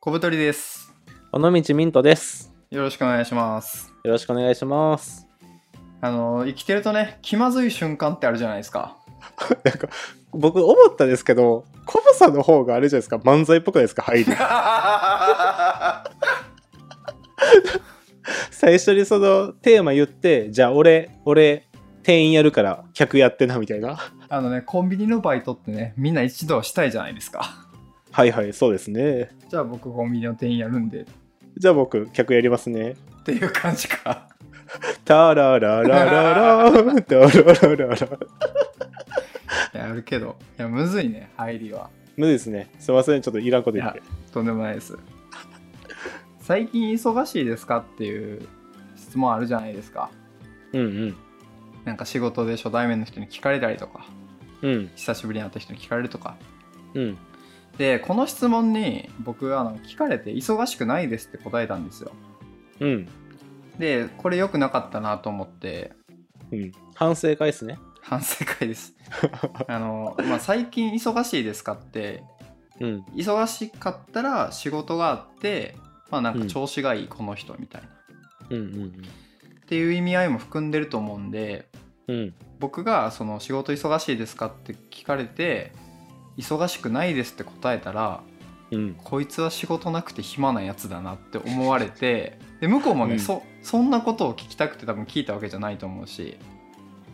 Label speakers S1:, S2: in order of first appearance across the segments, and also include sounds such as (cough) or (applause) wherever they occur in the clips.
S1: 小太りです。
S2: 尾道ミントです。
S1: よろしくお願いします。
S2: よろしくお願いします。
S1: あの、生きてるとね、気まずい瞬間ってあるじゃないですか。
S2: (laughs) なんか、僕思ったんですけど、コブさんの方があれじゃないですか、漫才っぽくないですか、入 (laughs) り。最初にそのテーマ言って、じゃあ俺、俺、店員やるから客やってな、みたいな。
S1: あのね、コンビニのバイトってね、みんな一度はしたいじゃないですか。
S2: はいはい、そうですね。
S1: じゃあ僕コンビニの店員やるんで、
S2: じゃあ僕、客やりますね。
S1: っていう感じか。
S2: タラララララ (laughs) ーン、タラララララ。
S1: やるけど、いや、むずいね、入りは。
S2: 無理ですね。すいません、ちょっといらんこと言って。
S1: とんでもないです。最近忙しいですかっていう質問あるじゃないですか。
S2: うんうん。
S1: なんか仕事で初対面の人に聞かれたりとか、
S2: うん
S1: 久しぶりに会った人に聞かれるとか。
S2: うん。
S1: で、この質問に僕、あの、聞かれて忙しくないですって答えたんですよ。
S2: うん。
S1: で、これ良くなかったなと思って、
S2: うん。反省会ですね。
S1: 反省会です。あの、まあ、最近忙しいですかって、
S2: うん。
S1: 忙しかったら仕事があって、まあなんか調子がいいこの人みたいな。
S2: うんうん
S1: っていう意味合いも含んでると思うんで、
S2: うん。うん。
S1: 僕がその仕事忙しいですかって聞かれて、忙しくないですって答えたら、
S2: うん。
S1: こいつは仕事なくて暇なやつだなって思われて、で、向こうもね、
S2: うん
S1: そ、そんなことを聞きたくて多分聞いたわけじゃないと思うし、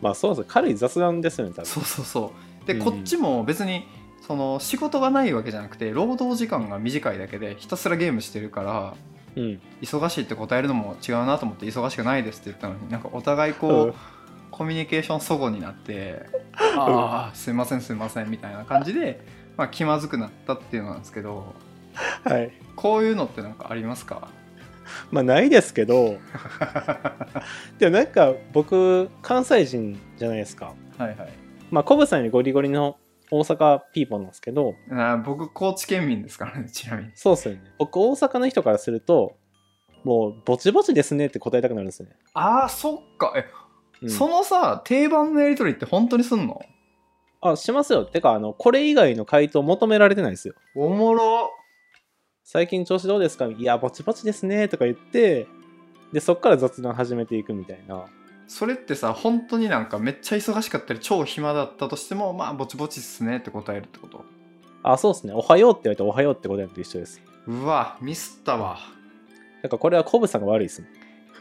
S2: まあそうですね軽い雑談ですよね多分
S1: そうそうそうで、
S2: うん
S1: こっちも別にその仕事がないわけじゃなくて労働時間が短いだけでひたすらゲームしてるから
S2: うん
S1: 忙しいって答えるのも違うなと思って忙しくないですって言ったのになんかお互いこう、
S2: うん
S1: コミュニケーション齟齬にな
S2: (laughs)
S1: って「ああすいませんすいません」みたいな感じで、まあ、気まずくなったっていうのなんですけど
S2: はい
S1: こういうのってなんかありますか
S2: まあないですけどでもなんか僕関西人じゃないですか
S1: はいはい
S2: まあコブさんよりゴリゴリの大阪ピーポンなんですけど
S1: あー僕高知県民ですからね (laughs) ちなみに
S2: そうっすよね僕大阪の人からするともうぼちぼちですねって答えたくなるんですよね、
S1: ああそっかえ、
S2: うん
S1: そのさ定番のやり取りって本当にすんの
S2: あしますよてかあのこれ以外の回答求められてないですよ
S1: おもろ
S2: 最近調子どうですかいやぼちぼちですねとか言ってでそっから雑談始めていくみたいな
S1: それってさ本当になんかめっちゃ忙しかったり超暇だったとしてもまあぼちぼちっすねって答えるってこと
S2: あそうですねおはようって言われておはようって答えると一緒です
S1: うわミスったわ
S2: なんかこれはコブさんが悪いですね。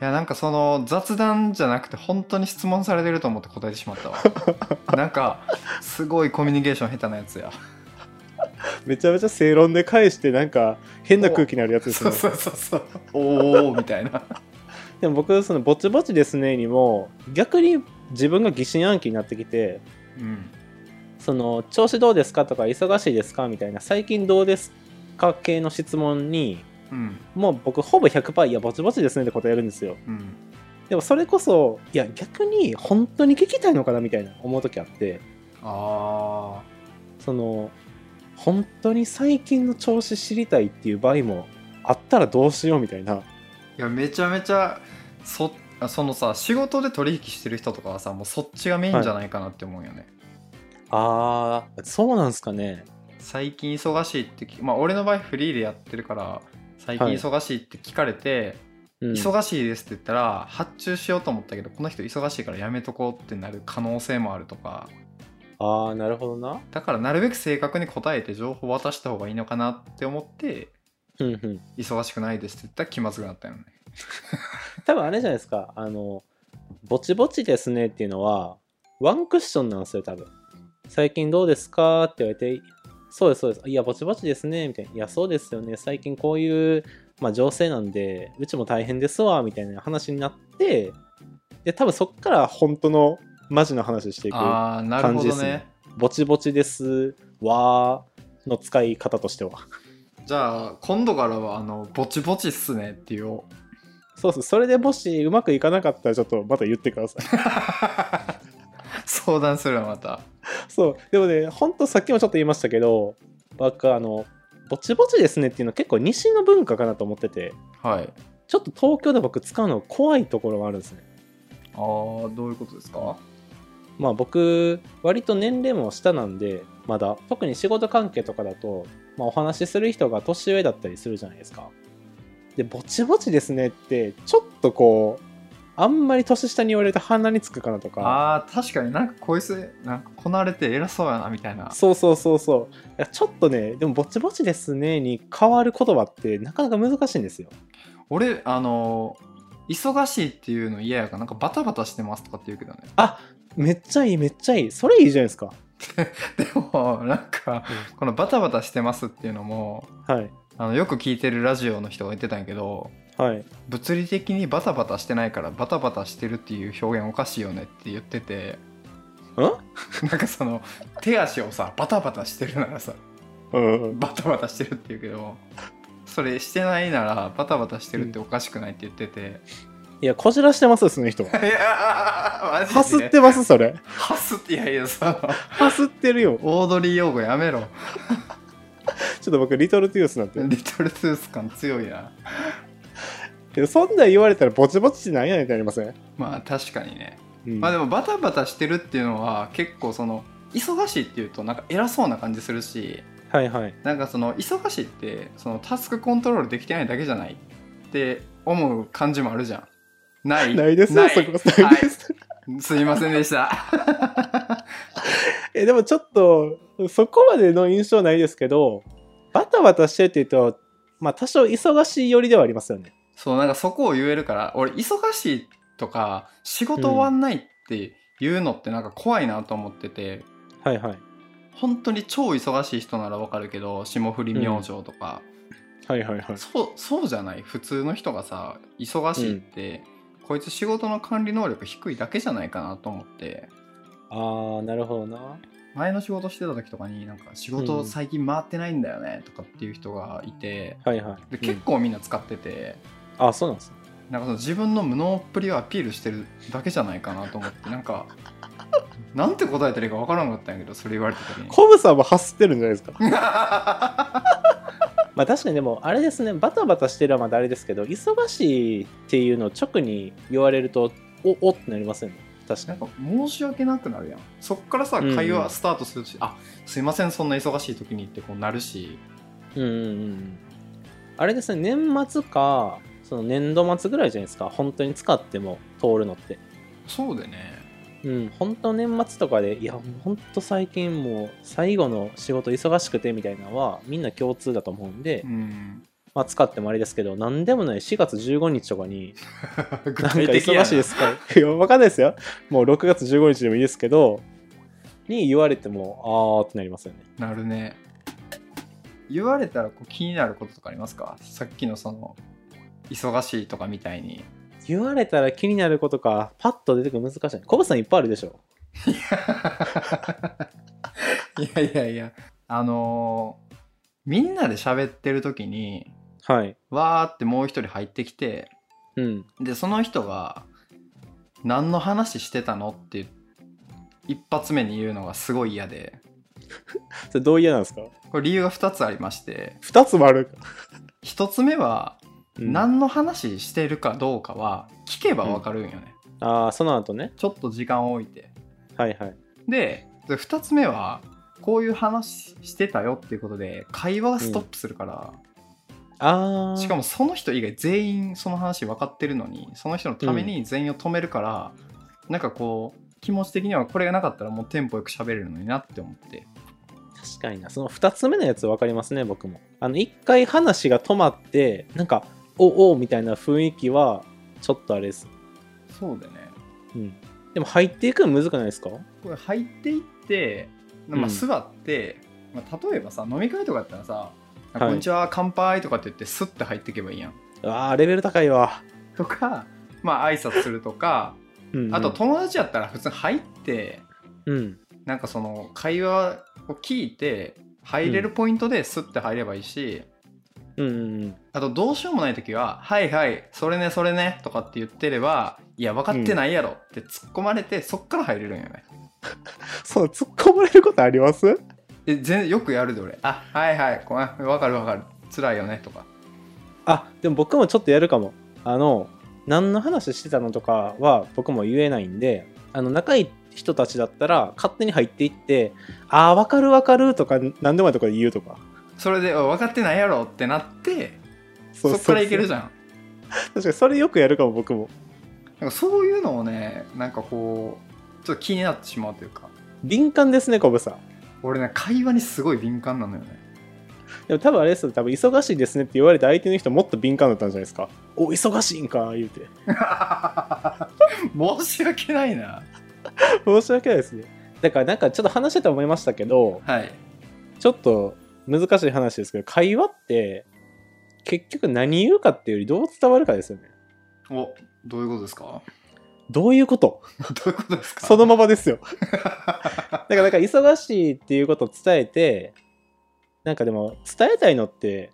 S1: いやなんかその雑談じゃなくて本当に質問されてると思って答えてしまったわ (laughs) なんかすごいコミュニケーション下手なやつや
S2: めちゃめちゃ正論で返してなんか変な空気になるやつです
S1: そう
S2: ね。
S1: そうそうそうおおみたいな
S2: でも僕そのぼちぼちですねにも逆に自分が疑心暗鬼になってきて
S1: うん
S2: その調子どうですかとか忙しいですかみたいな最近どうですか系の質問に
S1: うん
S2: もう僕ほぼ100%いやぼちぼちですねって答えるんですよ。
S1: うん
S2: でもそれこそいや逆に本当に聞きたいのかなみたいな思う時あって
S1: あ
S2: その本当に最近の調子知りたいっていう場合もあったらどうしようみたいな。
S1: ーいやめちゃめちゃそあそのさ仕事で取引してる人とかはさもうそっちがメインじゃないかなって思うよね、
S2: ああそうなんすかね
S1: 最近忙しいってきまあ俺の場合フリーでやってるから最近
S2: はい
S1: 忙しいって聞かれて、
S2: うん
S1: 忙しいですって言ったら発注しようと思ったけどこの人忙しいからやめとこうってなる可能性もあるとか
S2: ああなるほどな
S1: だからなるべく正確に答えて情報渡した方がいいのかなって思って
S2: うんうん
S1: 忙しくないですって言ったら気まずくなったよね
S2: 多分あれじゃないですかあの「ぼちぼちですね」っていうのはワンクッションなんですよ多分最近どうですかって言われてそうですそうですいやぼちぼちですねみたいないやそうですよね最近こういう、まあ、情勢なんでうちも大変ですわみたいな話になってで多分そっから本当のマジの話していく
S1: ああなるほ
S2: 感じで
S1: ど
S2: す
S1: ね
S2: ねぼちぼちですわーの使い方としては
S1: じゃあ今度からはあのぼちぼちっすねっていう
S2: そうそう、それでもしうまくいかなかったらちょっとまた言ってください。
S1: (laughs) 相談するわまた
S2: そう、でもね、ほんとさっきもちょっと言いましたけど、僕あの、ぼちぼちですねっていうのは結構西の文化かなと思ってて、
S1: はい
S2: ちょっと東京で僕使うの怖いところがあるんですね。
S1: ああどういうことですか
S2: まあ僕、割と年齢も下なんで、まだ特に仕事関係とかだと、まあ、お話しする人が年上だったりするじゃないですかでぼちぼちですねってちょっとこうあんまり年下に言われると鼻につくかなとか
S1: あー確かになんかこいつなんかこなれて偉そうやなみたいな
S2: そうそうそうそういやちょっとねでもぼちぼちですねに変わる言葉ってなかなか難しいんですよ
S1: 俺あの忙しいっていうの嫌やからなんかバタバタしてますとかって言うけどね (laughs)
S2: あめっちゃいいめっちゃいいそれいいじゃないですか
S1: でもなんかこのバタバタしてますっていうのも
S2: はい
S1: あのよく聞いてるラジオの人が言ってたんやけど
S2: はい
S1: 物理的にバタバタしてないからバタバタしてるっていう表現おかしいよねって言ってて (laughs) なんかその手足をさバタバタしてるならさ
S2: うんうん
S1: バタバタしてるって言うけどそれしてないならバタバタしてるっておかしくないって言ってて、
S2: いやこじらしてますよその人はい
S1: (laughs) やーマジで
S2: はすってますそれ
S1: はすっていやいやさ
S2: はすってるよ
S1: オードリー用語やめろ
S2: ちょっと僕リトルトゥースなんて
S1: リトルトゥース感強いな
S2: けどそんなん言われたらぼちぼちなんやねんってなりません、
S1: まあ確かにね
S2: うん
S1: まあでもバタバタしてるっていうのは結構その忙しいっていうとなんか偉そうな感じするし
S2: はいはい
S1: なんかその忙しいってそのタスクコントロールできてないだけじゃないって思う感じもあるじゃんない
S2: ないです
S1: な
S2: よ
S1: い
S2: そこ
S1: は
S2: ないです、
S1: いすいませんでした
S2: (laughs) えでもちょっとそこまでの印象ないですけどバタバタしてって言うとまあ多少忙しい寄りではありますよね
S1: そうなんかそこを言えるから俺忙しいとか仕事終わんないっていうのってなんか怖いなと思ってて、
S2: はいはい
S1: 本当に超忙しい人ならわかるけど霜降り明星とか、
S2: はいはいはい
S1: そうそうじゃない普通の人がさ忙しいって、こいつ仕事の管理能力低いだけじゃないかなと思って
S2: あーなるほどな
S1: 前の仕事してた時とかになんか仕事最近回ってないんだよねとかっていう人がいて、
S2: はいはい
S1: で結構みんな使ってて、
S2: うんあそうなんですね
S1: なんかその自分の無能っぷりをアピールしてるだけじゃないかなと思ってなんかなんて答えたらいいかわからんかったんやけどそれ言われた時 (laughs) に。
S2: コブさんも走ってるんじゃないですかまあ確かにでもあれですねバタバタしてるはまだあれですけど忙しいっていうのを直に言われるとおおってなりませんね確か
S1: なん
S2: に
S1: か申し訳なくなるやんそっからさ
S2: うんうん
S1: 会話スタートするし、あすいませんそんな忙しい時にってこうなるし
S2: うんうんうんうんあれですね年末かその年度末ぐらいじゃないですか本当に使っても通るのって
S1: そうでね
S2: うん本当年末とかでいや本当最近もう最後の仕事忙しくてみたいなのはみんな共通だと思うんで、
S1: (laughs) うん
S2: まあ使ってもあれですけど何でもない4月15日とかに
S1: 具
S2: (laughs) なんか
S1: 体的や
S2: 忙しいですかいやわかん (laughs) ないですよもう6月15日でもいいですけどに言われてもあーってなりますよね
S1: なるね言われたらこう気になることとかありますかさっきのその忙しいとかみたいに
S2: 言われたら気になることかパッと出てくるの難しいコブさんいっぱいあるでしょ
S1: いやいやいやあのーみんなで喋ってる時に
S2: はい
S1: わーってもう一人入ってきて
S2: うん
S1: でその人が「何の話してたの?」って一発目に言うのがすごい嫌で
S2: それどう嫌なんですか
S1: これ理由が2つありまして
S2: 2つもある、
S1: 1つ目は
S2: うん、あ
S1: 何の話してるかどうかは聞けばわかるんよね、
S2: あーその後ね
S1: ちょっと時間を置いて
S2: はいはい
S1: で2つ目はこういう話してたよっていうことで会話がストップするから、
S2: ああ
S1: しかもその人以外全員その話分かってるのにその人のために全員を止めるから、なんかこう気持ち的にはこれがなかったらもうテンポよく喋れるのになって思って
S2: 確かになその2つ目のやつ分かりますね僕もあの1回話が止まってなんかおおみたいな雰囲気はちょっとあれです
S1: そうだね
S2: うんでも入っていくのむずくないですか
S1: これ入っていって、ま
S2: う
S1: あ、
S2: ん
S1: 座って、まあ、例えばさ飲み会とかだったらさ「あ
S2: はい
S1: こんにちは乾杯」とかって言ってスッて入っていけばいいやん
S2: ああレベル高いわ、
S1: とかまあ挨拶するとか
S2: うんうん
S1: あと友達やったら普通に入って
S2: うん
S1: なんかその会話を聞いて入れるポイントでスッて入ればいいし、
S2: うんうんうん
S1: あとどうしようもない時は「はいはいそれねそれね」とかって言ってれば「いや分かってないやろ」って突っ込まれてそっから入れるんよね。
S2: そう突っ込まれることあります
S1: え全よくやるで俺「あはいはいごめん分かる分かる辛いよね」とか
S2: あでも僕もちょっとやるかもあの何の話してたのとかは僕も言えないんであの仲いい人たちだったら勝手に入っていって「ああ分かる分かる」とか何でもないとこで言うとか
S1: それであ分かってないやろってなって
S2: そ
S1: そうっからいけるじ
S2: ゃん
S1: ゃん
S2: 確かにそれよくやるかも僕も
S1: なんかそういうのをねなんかこうちょっと気になってしまうというか
S2: 敏感ですねコブさん
S1: 俺ね会話にすごい敏感なのよ (laughs) ね
S2: でも多分あれですよ多分忙しいですねって言われて相手の人もっと敏感だったんじゃないですかお忙しいんか言うて
S1: 申し訳ないな
S2: 申し訳ないですねだからなんかちょっと話してて思いましたけど
S1: はい
S2: ちょっと難しい話ですけど会話って結局何言うかっていうよりどう伝わるかですよね
S1: おどういうことですか (laughs)
S2: どういうこと
S1: どういうことですか
S2: そのままですよだからなんか忙しいっていうことを伝えてなんかでも伝えたいのって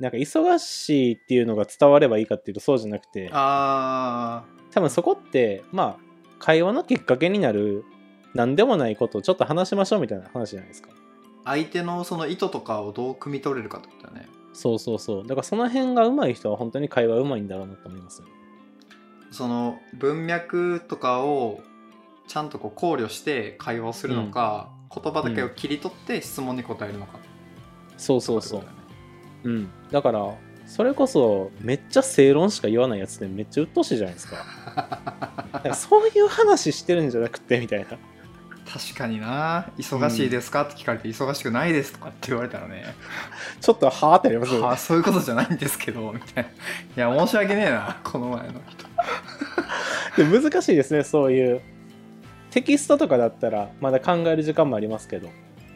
S2: なんか忙しいっていうのが伝わればいいかっていうとそうじゃなくて
S1: あ
S2: 多分そこってまあ会話のきっかけになる何でもないことをちょっと話しましょうみたいな話じゃないですか
S1: ー相手のその意図とかをどう汲み取れるかってことだね
S2: そうそうそうだからその辺が上手い人は本当に会話上手いんだろうなと思いますよ
S1: その文脈とかをちゃんとこう考慮して会話をするのか、言葉だけを切り取って質問に答えるのか、
S2: そうそうそ
S1: っ
S2: う
S1: てことだよね
S2: うんだからそれこそめっちゃ正論しか言わないやつってめっちゃ鬱陶しいじゃないです
S1: (laughs)
S2: かだからそういう話してるんじゃなくてみたいな
S1: 確かにな忙しいですかって聞かれて忙しくないですとかって言われたらね、
S2: ちょっとはあってなりますよね
S1: はあそういうことじゃないんですけどみたいないや申し訳ねえなこの前の人
S2: で難しいですねそういうテキストとかだったらまだ考える時間もありますけど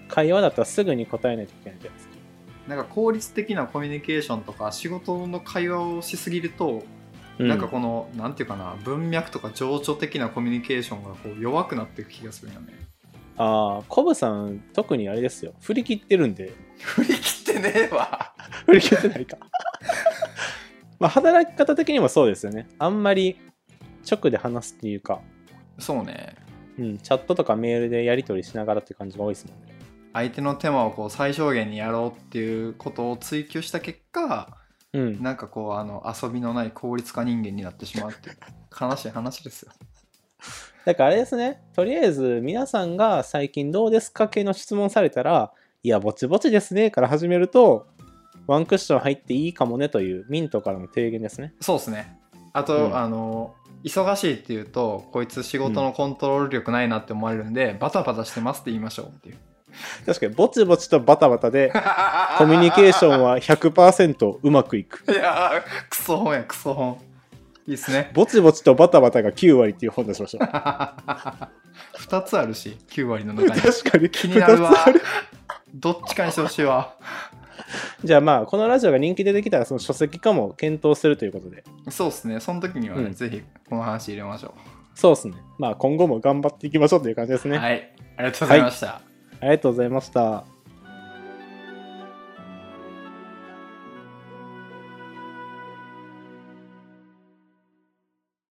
S2: 会話だったらすぐに答えないといけないじゃないですか
S1: なんか効率的なコミュニケーションとか仕事の会話をしすぎると、なんかこのなんていうかな文脈とか情緒的なコミュニケーションがこう弱くなっていく気がするよね
S2: ああコブさん特にあれですよ振り切ってるんで
S1: 振り切ってねえわ
S2: 振り切ってないか (laughs) まあ働き方的にもそうですよねあんまり直で話すっていうか、
S1: そうね
S2: うん、チャットとかメールでやり取りしながらって感じが多いですもんね
S1: 相手の手間をこう最小限にやろうっていうことを追求した結果
S2: うん
S1: なんかこうあの遊びのない効率化人間になってしまうっていう悲しい話ですよ
S2: だからあれですねとりあえず皆さんが最近どうですか系の質問されたらいやぼちぼちですねから始めるとワンクッション入っていいかもねというミントからの提言ですね
S1: そうですねあと、
S2: うん
S1: あの忙しいっていうとこいつ仕事のコントロール力ないなって思われるんで、バタバタしてますって言いましょう (laughs) っていう
S2: 確かにぼちぼちとバタバタでコ
S1: コ
S2: ミュニケーション
S1: は
S2: は100%うまくいく
S1: いやークソ本やクソ本いいっすね (laughs)
S2: ぼちぼちとバタバタが9割っていう本出しました。
S1: 2つあるし9割の中に
S2: 確かに
S1: 気になるわ
S2: 二つある
S1: どっちかにしてほしいわ
S2: じゃあまあ、このラジオが人気出てきたら、その書籍化も検討するということで。
S1: そうっすねその時にはね、
S2: うん
S1: ぜひこの話入れましょ
S2: そうですね。まあ今後も頑張っていきましょうという感じです
S1: う、
S2: ね。
S1: はいありがとうございました、
S2: ありがとうございました。